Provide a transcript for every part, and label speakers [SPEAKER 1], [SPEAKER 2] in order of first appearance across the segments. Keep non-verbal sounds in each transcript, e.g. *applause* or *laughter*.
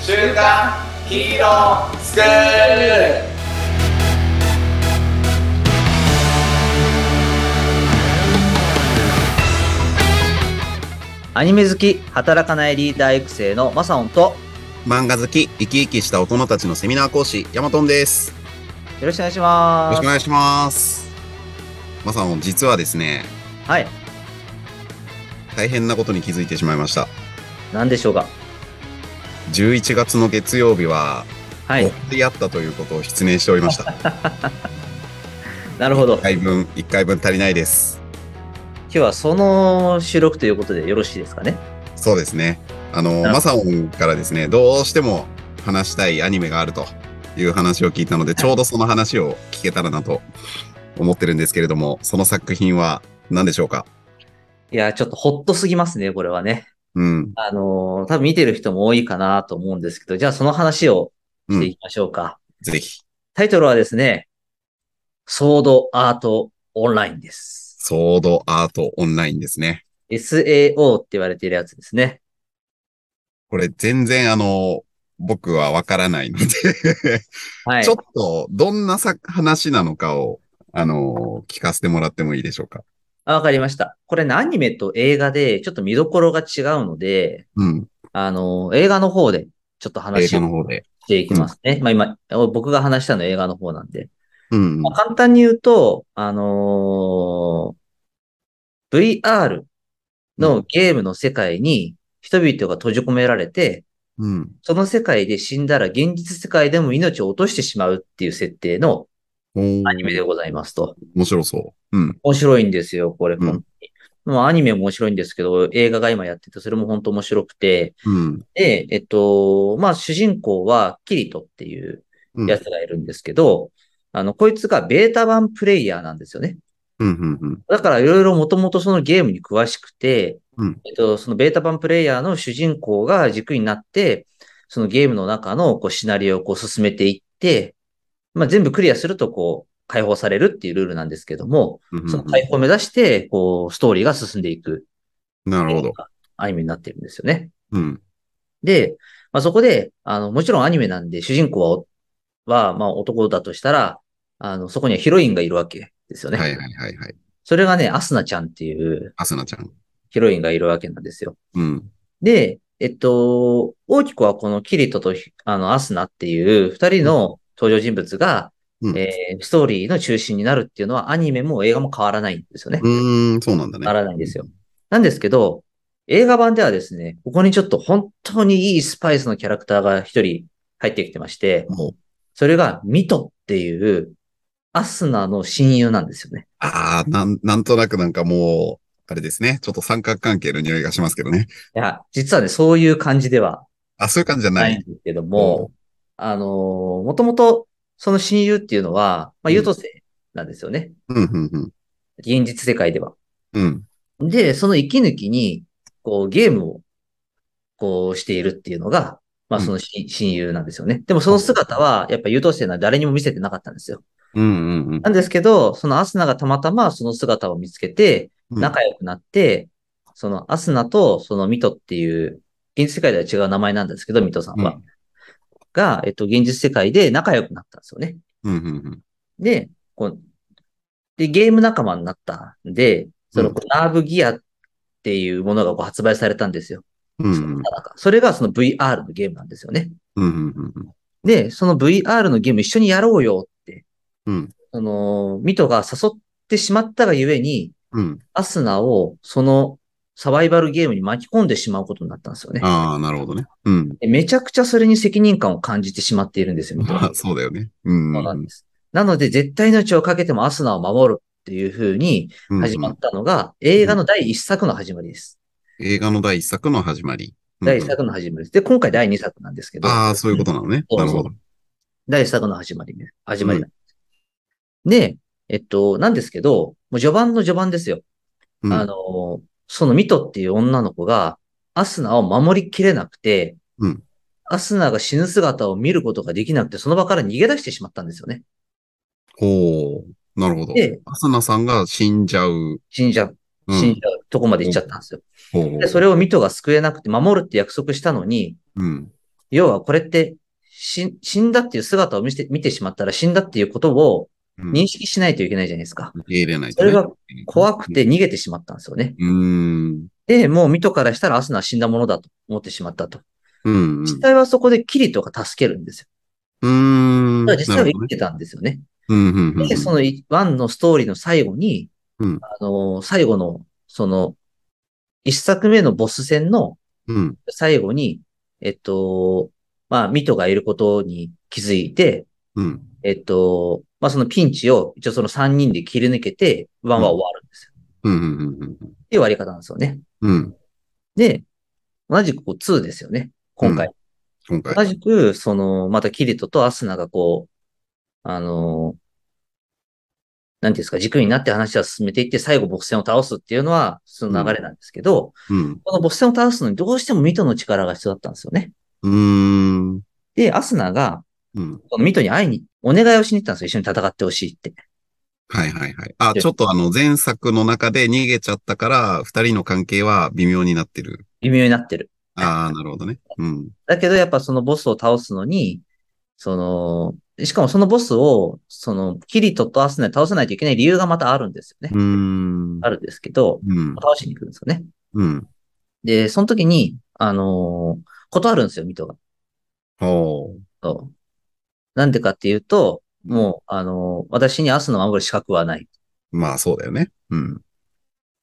[SPEAKER 1] 週刊ヒーロースクール
[SPEAKER 2] アニメ好き、働かないリーダー育成のマサオンと、よ
[SPEAKER 3] 漫画好き、生き生きした大人たちのセミナー講師、ヤマトンです。よ
[SPEAKER 2] ろしくお願いしま
[SPEAKER 3] ろし
[SPEAKER 2] す
[SPEAKER 3] くお。願いします。まさん、実はですね、
[SPEAKER 2] はい。
[SPEAKER 3] 大変なことに気づいてしまいました。
[SPEAKER 2] なんでしょうか。
[SPEAKER 3] 11月の月曜日は、
[SPEAKER 2] は
[SPEAKER 3] お
[SPEAKER 2] い。
[SPEAKER 3] ってやったということを失念しておりました。
[SPEAKER 2] なるほど
[SPEAKER 3] 1。回分、1回分足りないです。
[SPEAKER 2] 今日はその収録ということでよろしいですかね。
[SPEAKER 3] そうですね。あの、
[SPEAKER 2] なるほど
[SPEAKER 3] マサオンからですね、どうしても話したいアニメがあるという話を聞いたので、ちょうどその話を聞けたらなと思ってるんですけれども、その作品は何でしょうか
[SPEAKER 2] いや、ちょっとほっとすぎますね、これはね。
[SPEAKER 3] うん。
[SPEAKER 2] あのー多分見てる人も多いかなと思うんですけど、じゃあその話を
[SPEAKER 3] う
[SPEAKER 2] してい
[SPEAKER 3] ん。
[SPEAKER 2] きましょうか。
[SPEAKER 3] ぜひ。
[SPEAKER 2] タイトルはですね、ソードアートオンラインです。
[SPEAKER 3] ソードアートオンラインですね。
[SPEAKER 2] SAO って言われているやつですね。
[SPEAKER 3] これ全然あの、僕はわからないので、
[SPEAKER 2] はい。
[SPEAKER 3] ちょっとどんなさ話なのかを、あの、聞かせてもらってもいいでしょうか。
[SPEAKER 2] あわかりました。これね、アニメと映画でちょっと見どころが違うので、
[SPEAKER 3] うん。
[SPEAKER 2] あの、映画の方でちょっと
[SPEAKER 3] 映
[SPEAKER 2] 話
[SPEAKER 3] 画の
[SPEAKER 2] を
[SPEAKER 3] 方で。
[SPEAKER 2] していきますね。まあ今、僕が話したのは映画の方なんで。
[SPEAKER 3] うん
[SPEAKER 2] まあ、。簡単に言うと、あのー VR のゲームの世界に人々が閉じ込められて、
[SPEAKER 3] うん。
[SPEAKER 2] その世界で死んだら現実世界でも命を落としてしまうっていう設定の
[SPEAKER 3] おー
[SPEAKER 2] アニメでございますと。
[SPEAKER 3] 面白そう。うん。
[SPEAKER 2] 面白いんですよ、これ、
[SPEAKER 3] ん
[SPEAKER 2] 本当に。まあアニメも面白いんですけど、映画が今やってて、それも本当面白くて、
[SPEAKER 3] うん。
[SPEAKER 2] で、えっと、まあ、主人公はキリトっていう
[SPEAKER 3] うん。
[SPEAKER 2] やつがいるんですけど、あの、こいつがベータ版プレイヤーなんですよね。
[SPEAKER 3] うん。うん。うん。
[SPEAKER 2] だから、いろいろもともとそのゲームに詳しくて、
[SPEAKER 3] うん
[SPEAKER 2] えっと、そのベータ版プレイヤーの主人公が軸になって、そのゲームの中のこうシナリオをこう進めていって、まあ、全部クリアすると、こう、解放されるっていうルールなんですけども、
[SPEAKER 3] うんうん
[SPEAKER 2] その解放を目指して、こう、ストーリーが進んでいく
[SPEAKER 3] なるほど。
[SPEAKER 2] アニメになってるんですよね。
[SPEAKER 3] うん。
[SPEAKER 2] で、まあ、そこで、あの、もちろんアニメなんで、主人公は、は、まあ、男だとしたら、あの、そこにはヒロインがいるわけですよね。
[SPEAKER 3] はいはいはいはい。
[SPEAKER 2] それがね、アスナちゃんっていう
[SPEAKER 3] アスナちゃん。
[SPEAKER 2] ヒロインがいるわけなんですよ。
[SPEAKER 3] うん。
[SPEAKER 2] で、えっと、大きくはこのキリトとひあのアスナっていう二人の登場人物が、
[SPEAKER 3] うん。
[SPEAKER 2] えーストーリーの中心になるっていうのはアニメも映画も変わらないんですよね。
[SPEAKER 3] うーん、そうなんだね。
[SPEAKER 2] ならないんですよ。なんですけど、映画版ではですね、ここにちょっと本当にいいスパイスのキャラクターが一人入ってきてまして、
[SPEAKER 3] もう
[SPEAKER 2] それがミトっていうアスナの親友なんですよね。
[SPEAKER 3] ああ、なん、なんとなくなんかもう、あれですね。ちょっと三角関係の匂いがしますけどね。
[SPEAKER 2] いや、実はね、そういう感じでは
[SPEAKER 3] あ、そういう感じじゃな
[SPEAKER 2] ないん
[SPEAKER 3] い。
[SPEAKER 2] ですけども、あのー、もともとその親友っていうのは、まあ、
[SPEAKER 3] うん
[SPEAKER 2] 優等生なんですよね。
[SPEAKER 3] うん、うん、うん。
[SPEAKER 2] 現実世界では。
[SPEAKER 3] うん。
[SPEAKER 2] で、その息抜きに、こう、ゲームを、こう、しているっていうのが、まあ、そのし、親友なんですよね。でも、その姿は、やっぱ優等生なんで誰にも見せてなかったんですよ。
[SPEAKER 3] うん、うん、うん。
[SPEAKER 2] なんですけど、そのアスナがたまたまその姿を見つけて、仲良くなって、そのアスナとそのミトっていう、現実世界では違う名前なんですけど、ミトさんは。
[SPEAKER 3] うん
[SPEAKER 2] が、えっと、現実世界で仲良くなったんですよね。
[SPEAKER 3] うん、うん、うん。
[SPEAKER 2] で、こう、で、ゲーム仲間になったんで、その、
[SPEAKER 3] うん
[SPEAKER 2] こうナーブギアっていうものがこう発売されたんですよ。
[SPEAKER 3] うん
[SPEAKER 2] その中それがその VR のゲームなんですよね。
[SPEAKER 3] うんうんうんうん
[SPEAKER 2] で、その VR のゲーム一緒にやろうよって、
[SPEAKER 3] うん
[SPEAKER 2] その、ミトが誘ってしまったがゆえに、
[SPEAKER 3] うん
[SPEAKER 2] アスナをそのサバイバルゲームに巻き込んでしまうことになったんですよね。
[SPEAKER 3] ああ、なるほどね。うん。
[SPEAKER 2] でめちゃくちゃそれに責任感を感じてしまっているんですよ、ミトは
[SPEAKER 3] *laughs* まあ、そうだよね。うん。
[SPEAKER 2] そうなんです。なので、絶対命をかけてもアスナを守るっていう風に
[SPEAKER 3] うん
[SPEAKER 2] 始まったのが、映画の第1作の始まりです。
[SPEAKER 3] 映画の第一作の始まり。うん
[SPEAKER 2] 第1作の始まりです。で、今回第2作なんですけど、
[SPEAKER 3] ああ、そういうことなのね。
[SPEAKER 2] そう
[SPEAKER 3] な
[SPEAKER 2] そう
[SPEAKER 3] るほど。
[SPEAKER 2] 第1作の始まりね。始まりなんです。で、えっと、なんですけど、もう序盤の序盤ですよ。
[SPEAKER 3] うん
[SPEAKER 2] あの、そのミトっていう女の子が、アスナを守りきれなくて、
[SPEAKER 3] うん
[SPEAKER 2] アスナが死ぬ姿を見ることができなくて、その場から逃げ出してしまったんですよね。
[SPEAKER 3] ほう。なるほど
[SPEAKER 2] で。
[SPEAKER 3] アスナさんが死んじゃう。
[SPEAKER 2] 死んじゃう、
[SPEAKER 3] うん
[SPEAKER 2] 死んじゃうとこまで行っちゃったんですよ。
[SPEAKER 3] ほう
[SPEAKER 2] で、それをミトが救えなくて守るって約束したのに、
[SPEAKER 3] うん。
[SPEAKER 2] 要はこれって、し死んだっていう姿を見て見てしまったら死んだっていうことを
[SPEAKER 3] うん
[SPEAKER 2] 認識しないといけないじゃないですか。
[SPEAKER 3] 受け入れないと、
[SPEAKER 2] そ
[SPEAKER 3] ね。
[SPEAKER 2] れが怖くて逃げてしまったんですよね。
[SPEAKER 3] うーん。
[SPEAKER 2] で、もう水戸からしたらアスナは死んだものだと思ってしまったと。
[SPEAKER 3] うん。うん
[SPEAKER 2] 実際はそこでキリトが助けるんですよ。
[SPEAKER 3] うーん。
[SPEAKER 2] だから実際は
[SPEAKER 3] なる
[SPEAKER 2] 生
[SPEAKER 3] ほど
[SPEAKER 2] き
[SPEAKER 3] ね
[SPEAKER 2] てたんですよね。
[SPEAKER 3] うんうんうんうん
[SPEAKER 2] で、そのいワンのストーリーの最後に、
[SPEAKER 3] うん
[SPEAKER 2] あのー最後の、その、一作目のボス戦の
[SPEAKER 3] うん。
[SPEAKER 2] 最後に、えっと、まあ、ミトがいることに気づいて、
[SPEAKER 3] うん。
[SPEAKER 2] えっと、まあ、そのピンチを一応その3人で切り抜けて、ワンは終わるんですよ。
[SPEAKER 3] うん。うんうん
[SPEAKER 2] っていう割り方なんですよね。
[SPEAKER 3] うん。うん。
[SPEAKER 2] で、同じくこう2ですよね。今回。
[SPEAKER 3] 今回。
[SPEAKER 2] 同じく、その、またキリトとアスナがこう、あのーなんていうんですか、軸になって話は進めていって、最後ボス戦を倒すっていうのは、その流れなんですけど、
[SPEAKER 3] うん。
[SPEAKER 2] このボス戦を倒すのにどうしてもミトの力が必要だったんですよね。
[SPEAKER 3] うーん。
[SPEAKER 2] で、アスナが、
[SPEAKER 3] うん。
[SPEAKER 2] このミトに会いに、お願いをしに行ったんですよ。一緒に戦ってほしいって。
[SPEAKER 3] はいはいはい。あ、
[SPEAKER 2] で
[SPEAKER 3] ちょっとあの、前作の中で逃げちゃったから、二人の関係は微妙になってる。
[SPEAKER 2] 微妙になってる。
[SPEAKER 3] ああ、なるほどね。うん。
[SPEAKER 2] だけど、やっぱそのボスを倒すのに、その、しかもそのボスを、その、キリトとアスナに倒さないといけない理由がまたあるんですよね。
[SPEAKER 3] うーん。
[SPEAKER 2] あるんですけど、
[SPEAKER 3] うん。
[SPEAKER 2] 倒しに行くんですよね。
[SPEAKER 3] うん。
[SPEAKER 2] で、その時に、あのー断るんですよ、ミトが。
[SPEAKER 3] おー。
[SPEAKER 2] そうなんでかっていうと、もう、あのー私にアスナを守る資格はない。
[SPEAKER 3] まあ、そうだよね。うん。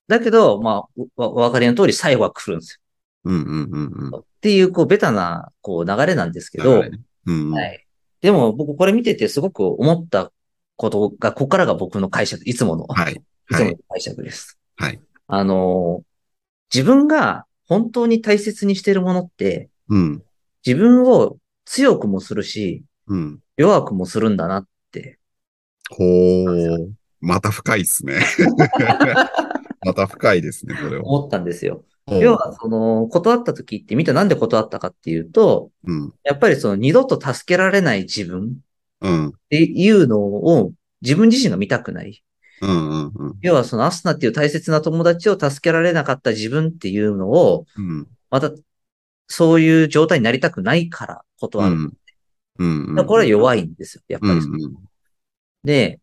[SPEAKER 3] だ
[SPEAKER 2] だけど、まあ、おおお分かりの通り最後は来るんです
[SPEAKER 3] うんうんうん
[SPEAKER 2] よ。っていう、こう、ベタな、こう、流れなんですけ
[SPEAKER 3] うん。
[SPEAKER 2] ど
[SPEAKER 3] 流れ、ねうん。
[SPEAKER 2] はい。でも僕これ見ててすごく思ったことが、ここからが僕の解釈、いつもの、
[SPEAKER 3] はい。
[SPEAKER 2] い
[SPEAKER 3] は
[SPEAKER 2] つもの
[SPEAKER 3] い。
[SPEAKER 2] 解釈です。
[SPEAKER 3] はい。
[SPEAKER 2] あのー、自分が本当に大切にしているものって、
[SPEAKER 3] うん。
[SPEAKER 2] 自分を強くもするし、
[SPEAKER 3] うん。
[SPEAKER 2] 弱くもするんだなって。
[SPEAKER 3] ほー。また深いっ
[SPEAKER 2] *laughs*
[SPEAKER 3] すね。また深いですね、これは。
[SPEAKER 2] 思ったんですよ。
[SPEAKER 3] ほう
[SPEAKER 2] 要は、その、断った時って、見たなんで断ったかっていうと、
[SPEAKER 3] うん。
[SPEAKER 2] やっぱりその、二度と助けられない自分
[SPEAKER 3] うん。
[SPEAKER 2] っていうのを、自分自身が見たくない。
[SPEAKER 3] うんうんうん。
[SPEAKER 2] 要はそのアスナっていう大切な友達を助けられなかった自分っていうのを、
[SPEAKER 3] うん。
[SPEAKER 2] また、そういう状態になりたくないから断る。
[SPEAKER 3] うん。うん。
[SPEAKER 2] だからこれは弱いんですよ、やっ
[SPEAKER 3] うん
[SPEAKER 2] ぱ
[SPEAKER 3] う
[SPEAKER 2] り。
[SPEAKER 3] ん。
[SPEAKER 2] で、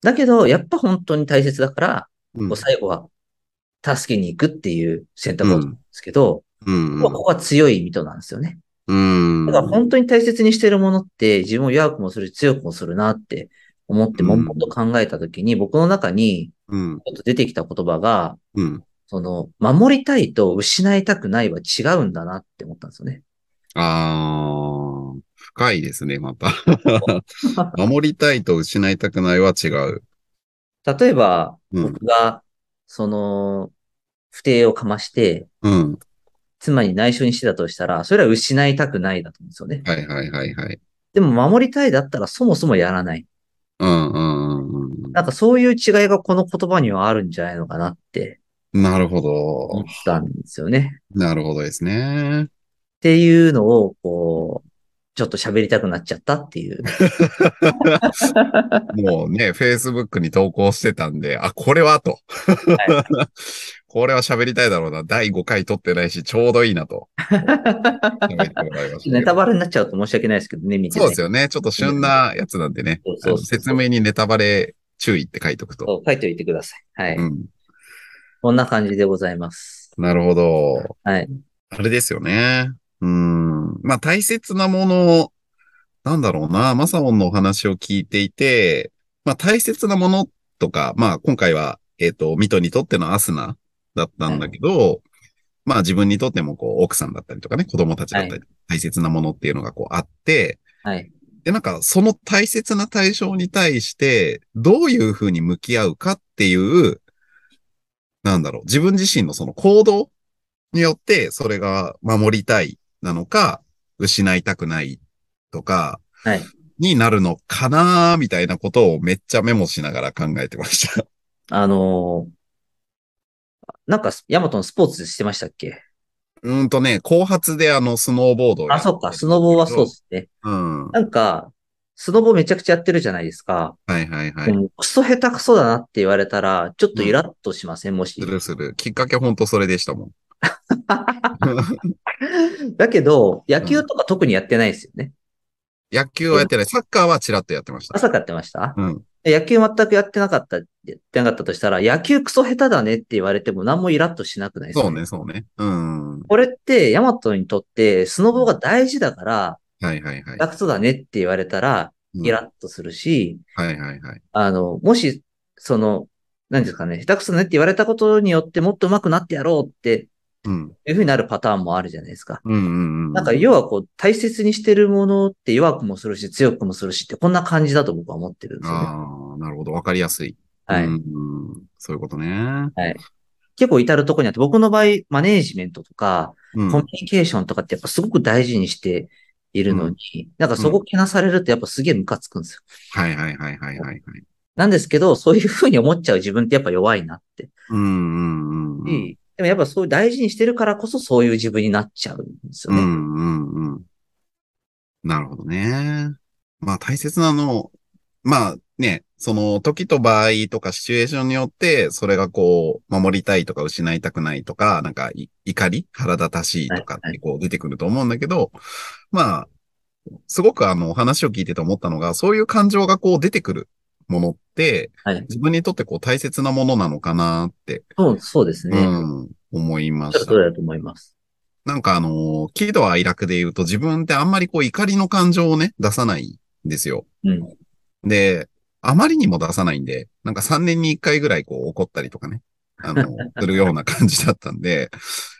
[SPEAKER 2] だけど、やっぱ本当に大切だから、
[SPEAKER 3] うん。
[SPEAKER 2] こう最後は、助けに行くっていう選択を取るんですけど、
[SPEAKER 3] うん
[SPEAKER 2] ここは強いミトなんですよね。
[SPEAKER 3] うん。
[SPEAKER 2] だから本当に大切にしてるものって自分を弱くもするし強くもするなって思って悶々と考えたときに、僕の中に
[SPEAKER 3] うん。
[SPEAKER 2] ちょっと出てきた言葉が、
[SPEAKER 3] うん。
[SPEAKER 2] その、守りたいと失いたくないは違うんだなって思ったんですよね。
[SPEAKER 3] ああ、深いですね、また。 *laughs* 守りたいと失いたくないは違う。
[SPEAKER 2] 例えば、
[SPEAKER 3] うん。
[SPEAKER 2] 僕が、その、不定をかまして、
[SPEAKER 3] うん。
[SPEAKER 2] 妻に内緒にしてたとしたら、それは失いたくないだと思うんですよね。
[SPEAKER 3] はいはいはいはい。
[SPEAKER 2] でも、守りたいだったらそもそもやらない。
[SPEAKER 3] うんうんうんうん。
[SPEAKER 2] なんかそういう違いがこの言葉にはあるんじゃないのかなって
[SPEAKER 3] なるほ
[SPEAKER 2] 思
[SPEAKER 3] ど
[SPEAKER 2] っ。たんですよね。
[SPEAKER 3] なるほどですね。
[SPEAKER 2] っていうのを、こう、ちょっと喋りたくなっちゃったっていう。
[SPEAKER 3] もうね、Facebook に投稿してたんで、あ、これはと。 *laughs* これは喋りたいだろうな。第5回撮ってないし、ちょうどいいな
[SPEAKER 2] *laughs*
[SPEAKER 3] と。喋ってもらいましたけど
[SPEAKER 2] ネタバレになっちゃうと申し訳ないですけどね、見て、ね。
[SPEAKER 3] そうですよね。ちょっと旬なやつなんでね
[SPEAKER 2] そう。そ
[SPEAKER 3] あ
[SPEAKER 2] う
[SPEAKER 3] の
[SPEAKER 2] そう
[SPEAKER 3] 説明にネタバレ注意って書いとくと。
[SPEAKER 2] そう書いておいてください。はい。
[SPEAKER 3] うん。
[SPEAKER 2] こんな感じでございます。
[SPEAKER 3] なるほど。
[SPEAKER 2] はい。
[SPEAKER 3] あれですよね。うん。まあ大切なもの、なんだろうな。マサオンのお話を聞いていて、まあ大切なものとか、まあ今回は、えっ、と、ミトにとってのアスナだったんだけど、まあ自分にとってもこう奥さんだったりとかね、子供たちだったり、
[SPEAKER 2] は
[SPEAKER 3] 大切なものっていうのがこうあって、
[SPEAKER 2] はい。
[SPEAKER 3] で、なんか、その大切な対象に対して、どういうふうに向き合うかっていう、なんだろう、自分自身のその行動によって、それが守りたいなのか、失いたくないとか、
[SPEAKER 2] はい
[SPEAKER 3] になるのかなーみたいなことをめっちゃメモしながら考えてました。 *laughs*
[SPEAKER 2] あのーなんか、ヤマトのスポーツしてましたっけ
[SPEAKER 3] うーんとね、後発であの、スノーボードをや
[SPEAKER 2] あ、
[SPEAKER 3] ってる
[SPEAKER 2] そっか、スノボーはそうですね。
[SPEAKER 3] うん。は
[SPEAKER 2] なんか、スノボーめちゃくちゃやってるじゃないですか。
[SPEAKER 3] いはいは
[SPEAKER 2] で
[SPEAKER 3] い。
[SPEAKER 2] もクソ下手くそだなって言われたら、ちょっとイラッとしません、もし *laughs*
[SPEAKER 3] す。るする。きっかけほんとそれでしたもん。
[SPEAKER 2] だけど、野球とか特にやってないですよね。
[SPEAKER 3] 野球はやってない。サッカーはちらっとやってました。
[SPEAKER 2] 朝かやってました
[SPEAKER 3] うん。
[SPEAKER 2] 野球全くやってなかった、やってなかったとしたら、野球クソ下手だねって言われても何もイラッとしなくないですか
[SPEAKER 3] そうね、そうね。うん。は
[SPEAKER 2] これって、ヤマトにとって、スノボが大事だから、
[SPEAKER 3] いはいはい。
[SPEAKER 2] 下手くそだねって言われたら、
[SPEAKER 3] うん
[SPEAKER 2] イラッとするし、
[SPEAKER 3] はいはいはい。
[SPEAKER 2] あの、もし、その、何ですかね、下手くそだねって言われたことによってもっと上手くなってやろうって
[SPEAKER 3] うん。
[SPEAKER 2] いうふうになるパターンもあるじゃないですか。
[SPEAKER 3] うんうんうん。
[SPEAKER 2] なんか、要はこう、大切にしてるものって弱くもするし、強くもするしって、こんな感じだと僕は思ってるんですよね。
[SPEAKER 3] ああ、なるほど。わかりやすい。
[SPEAKER 2] はい。
[SPEAKER 3] うんうんそういうことね。
[SPEAKER 2] 結構至るとこにあって、僕の場合、マネージメントとか、
[SPEAKER 3] うん
[SPEAKER 2] コミュニケーションとかってやっぱすごく大事にしているのに、なんかそこけなされるとやっぱすげえムカつくんですよ。
[SPEAKER 3] はいはいはいはいはいはい。
[SPEAKER 2] なんですけど、そういうふうに思っちゃう自分ってやっぱ弱いなって。
[SPEAKER 3] うんうんうんうん。
[SPEAKER 2] でもやっぱそういう大事にしてるからこそそういう自分になっちゃうんですよ
[SPEAKER 3] う
[SPEAKER 2] ね。
[SPEAKER 3] んうんうん。なるほどね。まあ大切なの、まあね、その時と場合とかシチュエーションによって、それがこう、守りたいとか失いたくないとか、なんかい怒り、腹立たしいとか
[SPEAKER 2] は
[SPEAKER 3] っ
[SPEAKER 2] いは
[SPEAKER 3] てこう出てくると思うんだけど、まあ、すごくあの、お話を聞いてて思ったのが、そういう感情がこう出てくるものって、
[SPEAKER 2] はい
[SPEAKER 3] 自分にとってこう大切なものなのかなって、
[SPEAKER 2] そうそうですね。
[SPEAKER 3] うん、思いま
[SPEAKER 2] ち
[SPEAKER 3] し
[SPEAKER 2] ょっと
[SPEAKER 3] た
[SPEAKER 2] そ。れだと思います。
[SPEAKER 3] なんかあの、喜怒哀楽で言うと自分ってあんまりこう怒りの感情をね、出さないんですよ。
[SPEAKER 2] うん。
[SPEAKER 3] で、あまりにも出さないんで、なんか3年に1回ぐらいこう怒ったりとかね、あ
[SPEAKER 2] *laughs*
[SPEAKER 3] の、するような感じだったんで、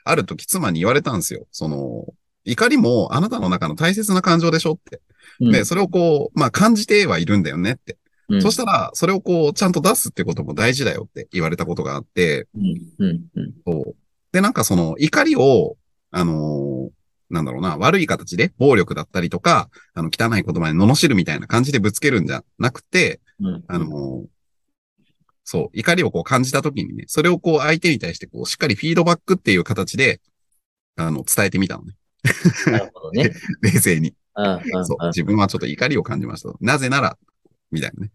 [SPEAKER 3] ある時妻に言われたんですよ。その、怒りもあなたの中の大切な感情でしょって。
[SPEAKER 2] うん
[SPEAKER 3] で、それをこう、まあ感じてはいるんだよねって。
[SPEAKER 2] うん
[SPEAKER 3] そしたら、それをこう、ちゃんと出すってことも大事だよって言われたことがあって、
[SPEAKER 2] うんうんうん
[SPEAKER 3] で、なんかその怒りを、あのーなんだろうな、悪い形で暴力だったりとか、あの、汚い言葉で罵るみたいな感じでぶつけるんじゃなくて、
[SPEAKER 2] うん
[SPEAKER 3] あのーそう、怒りをこう感じた時にね、それをこう相手に対してこう、しっかりフィードバックっていう形で、あの、伝えてみたのね。 *laughs*
[SPEAKER 2] なるほどね。
[SPEAKER 3] 冷静に。
[SPEAKER 2] うんうんうん
[SPEAKER 3] そう、自分はちょっと怒りを感じましたと。なぜなら、みたいなね。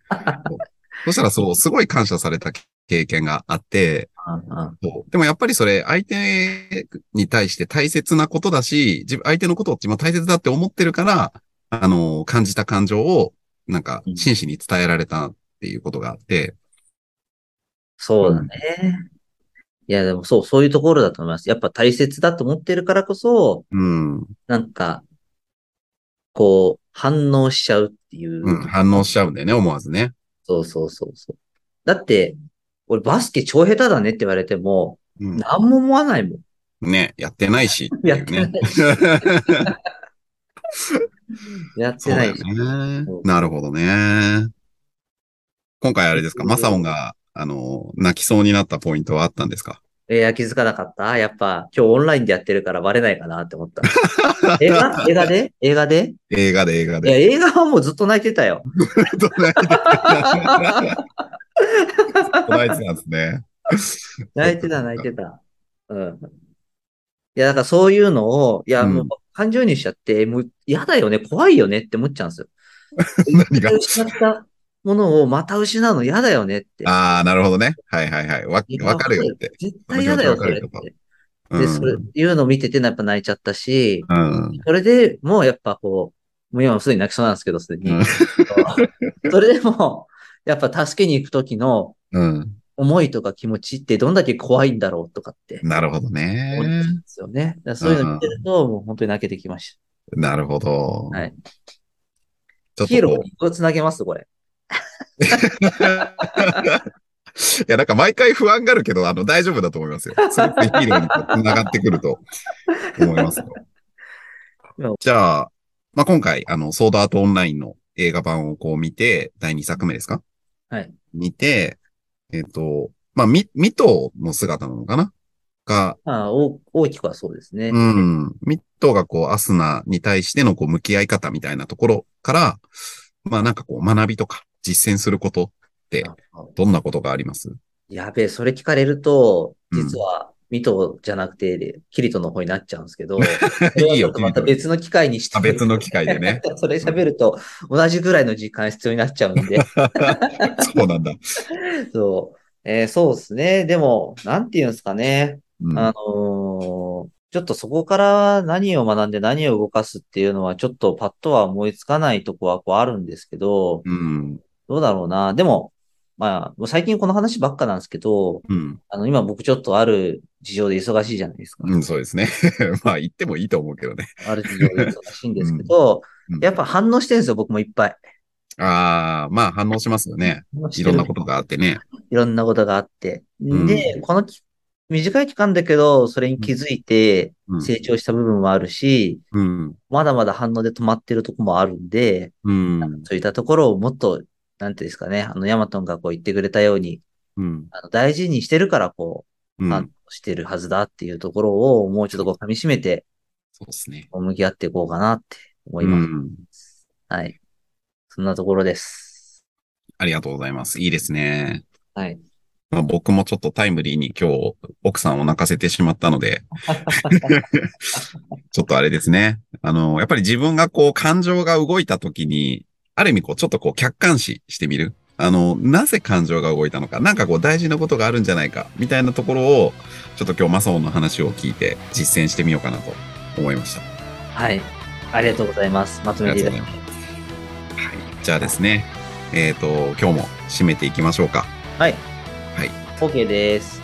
[SPEAKER 3] そうそしたら、そう、すごい感謝された経験があって、
[SPEAKER 2] うんうん
[SPEAKER 3] そう。でもやっぱりそれ、相手に対して大切なことだし、自分、相手のことを自分は大切だって思ってるから、あの、感じた感情を、なんか、
[SPEAKER 2] うん
[SPEAKER 3] 真摯に伝えられたっていうことがあって、
[SPEAKER 2] そうだね。いや、でもそう、そういうところだと思います。やっぱ大切だと思ってるからこそ、
[SPEAKER 3] うん、
[SPEAKER 2] なんか、こう、反応しちゃうっていう。
[SPEAKER 3] うん、反応しちゃうんだよね、思わずね。
[SPEAKER 2] そうそうそうそう。だって、俺バスケ超下手だねって言われても、
[SPEAKER 3] うん、
[SPEAKER 2] 何も思わないもん。
[SPEAKER 3] ね、やってないし、って
[SPEAKER 2] *laughs* や
[SPEAKER 3] い
[SPEAKER 2] っ
[SPEAKER 3] う
[SPEAKER 2] て
[SPEAKER 3] ね。
[SPEAKER 2] ない。やっ
[SPEAKER 3] *laughs* そう
[SPEAKER 2] て
[SPEAKER 3] だ
[SPEAKER 2] ない
[SPEAKER 3] よ。ね
[SPEAKER 2] そう。
[SPEAKER 3] なるほどね。今回あれですか、マサオンが、あの、泣きそうになったポイントはあったんですか
[SPEAKER 2] えー、気づかなかったやっぱ、今日オンラインでやってるからバレないかなって思った。 *laughs* 映画映画で映画で
[SPEAKER 3] 映画で映画
[SPEAKER 2] いや、
[SPEAKER 3] で。
[SPEAKER 2] 映画はもうずっと泣いてたよ。 *laughs*
[SPEAKER 3] *laughs* どない泣いてたんですね。
[SPEAKER 2] 泣いてた、泣いてた。うん。いや、だからそういうのを、いや、
[SPEAKER 3] うん
[SPEAKER 2] もう感情移入しちゃって、もう嫌だよね、怖いよねって思っちゃうんですよ。
[SPEAKER 3] 何
[SPEAKER 2] *laughs*
[SPEAKER 3] が
[SPEAKER 2] 失ったものをまた失うの嫌だよねって。
[SPEAKER 3] ああ、なるほどね。はいはいはい。わ、わかるよって。。
[SPEAKER 2] 絶対嫌だよ、
[SPEAKER 3] わ
[SPEAKER 2] そ
[SPEAKER 3] か
[SPEAKER 2] れっ
[SPEAKER 3] る
[SPEAKER 2] て
[SPEAKER 3] わか。う
[SPEAKER 2] で、それ
[SPEAKER 3] ん。、
[SPEAKER 2] いうのを見てて、やっぱ泣いちゃったし、
[SPEAKER 3] うん。
[SPEAKER 2] それでもうやっぱこう、もう今もすでに泣きそうなんですけど、すでに
[SPEAKER 3] うん。
[SPEAKER 2] *laughs* それでも、やっぱ助けに行くときの
[SPEAKER 3] うん。
[SPEAKER 2] 思いとか気持ちってどんだけ怖いんだろうとかって
[SPEAKER 3] なるほど
[SPEAKER 2] 思うん
[SPEAKER 3] ね。
[SPEAKER 2] ですよね。だからそういうの見てると、もう本当に泣けてきまし
[SPEAKER 3] なるほど。
[SPEAKER 2] はい。
[SPEAKER 3] ちょ
[SPEAKER 2] た。
[SPEAKER 3] っ
[SPEAKER 2] ヒー
[SPEAKER 3] と
[SPEAKER 2] ロー
[SPEAKER 3] こ
[SPEAKER 2] にこつなげます、これ。
[SPEAKER 3] う。いや、なんか毎回不安があるけど、あの、大丈夫だと思いますよ。すごくヒーローに繋がってくると思います
[SPEAKER 2] *laughs*
[SPEAKER 3] よ。じゃあ、まあ、今回、あの、ソードアートオンラインの映画版をこう見て、第2作目ですか
[SPEAKER 2] はい。
[SPEAKER 3] 見て、えっ、と、まあ、み、ミトの姿なのかなが、
[SPEAKER 2] まあ、大大きくはそうですね。
[SPEAKER 3] うん。ミットがこう、アスナに対してのこう、向き合い方みたいなところから、まあなんかこう、学びとか実践すること、どんなことがあります
[SPEAKER 2] やべえ、それ聞かれると、
[SPEAKER 3] うん
[SPEAKER 2] 実は、ミトじゃなくて、キリトの方になっちゃうんですけ
[SPEAKER 3] *laughs*
[SPEAKER 2] ど、
[SPEAKER 3] いいよ
[SPEAKER 2] それはちょっとまた別の機会にして。
[SPEAKER 3] あ別の機会でね。
[SPEAKER 2] *laughs* それ喋ると、同じぐらいの時間必要になっちゃうん
[SPEAKER 3] *laughs*
[SPEAKER 2] で、
[SPEAKER 3] そうなんだ。
[SPEAKER 2] そう。えーそうですね。でも、なんていうんですかね。
[SPEAKER 3] うん。
[SPEAKER 2] あのー
[SPEAKER 3] は
[SPEAKER 2] ちょちょっとそこから何を学んで何を動かすっていうのは、ちょっとパッとは思いつかないとこはこうあるんですけど、
[SPEAKER 3] うん。
[SPEAKER 2] どうだろうな。でも、まあ、もう最近この話ばっかなんですけど、
[SPEAKER 3] うん。
[SPEAKER 2] あの、今僕ちょっとある事情で忙しいじゃないですか。
[SPEAKER 3] うん、そうですね。 *laughs* まあ、言ってもいいと思うけどね。
[SPEAKER 2] ある事情で忙しいんですけど、
[SPEAKER 3] うん
[SPEAKER 2] やっぱ反応してるんですよ、僕もいっぱい。
[SPEAKER 3] ああ、まあ、反応しますよね。
[SPEAKER 2] 反応し
[SPEAKER 3] い
[SPEAKER 2] て
[SPEAKER 3] ろ
[SPEAKER 2] る
[SPEAKER 3] んなことがあってね。
[SPEAKER 2] いろんなことがあって。
[SPEAKER 3] うん
[SPEAKER 2] で、このき短い期間だけど、それに気づいて
[SPEAKER 3] うん。
[SPEAKER 2] 成長した部分もあるし、
[SPEAKER 3] うん。
[SPEAKER 2] まだまだ反応で止まってるとこもあるんで、
[SPEAKER 3] うん。
[SPEAKER 2] そういったところをもっと、なんていうんですかね、あの、ヤマトンがこう言ってくれたように、
[SPEAKER 3] うん。
[SPEAKER 2] あの大事にしてるから、こ
[SPEAKER 3] う
[SPEAKER 2] う、
[SPEAKER 3] ん。
[SPEAKER 2] 反応してるはずだっていうところを、もうちょっとこう噛み締めて、
[SPEAKER 3] そうですね。
[SPEAKER 2] こう向き合っていこうかなって思いうます。
[SPEAKER 3] ん。
[SPEAKER 2] はい。そんなところです。
[SPEAKER 3] ありがとうございます。いいですね。
[SPEAKER 2] はい。
[SPEAKER 3] まあ、僕もちょっとタイムリーに今日、奥さんを泣かせてしまったの
[SPEAKER 2] *laughs*
[SPEAKER 3] で、ちょっとあれですね。あの、やっぱり自分がこう、感情が動いた時に、ある意味こう、ちょっとこう、客観視してみる。あの、なぜ感情が動いたのか、なんかこう、大事なことがあるんじゃないか、みたいなところを、ちょっと今日、マサオンの話を聞いて、実践してみようかなと思いました。
[SPEAKER 2] はい。ありがとうございます。まとめていただき
[SPEAKER 3] はい。じゃあですね、えっ、と、今日も締めていきましょうか。
[SPEAKER 2] はい。
[SPEAKER 3] はい。
[SPEAKER 2] OK です。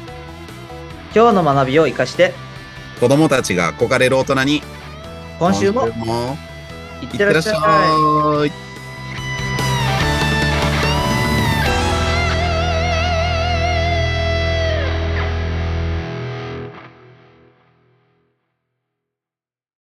[SPEAKER 2] 今日の学びを生かして、
[SPEAKER 3] 子供たちが憧れる大人に、
[SPEAKER 2] 今週も
[SPEAKER 3] 今週もい
[SPEAKER 2] いっ
[SPEAKER 3] ってて
[SPEAKER 2] ら
[SPEAKER 3] ら
[SPEAKER 2] っ
[SPEAKER 3] っし
[SPEAKER 2] しゃ
[SPEAKER 3] ゃ
[SPEAKER 2] い。
[SPEAKER 3] い。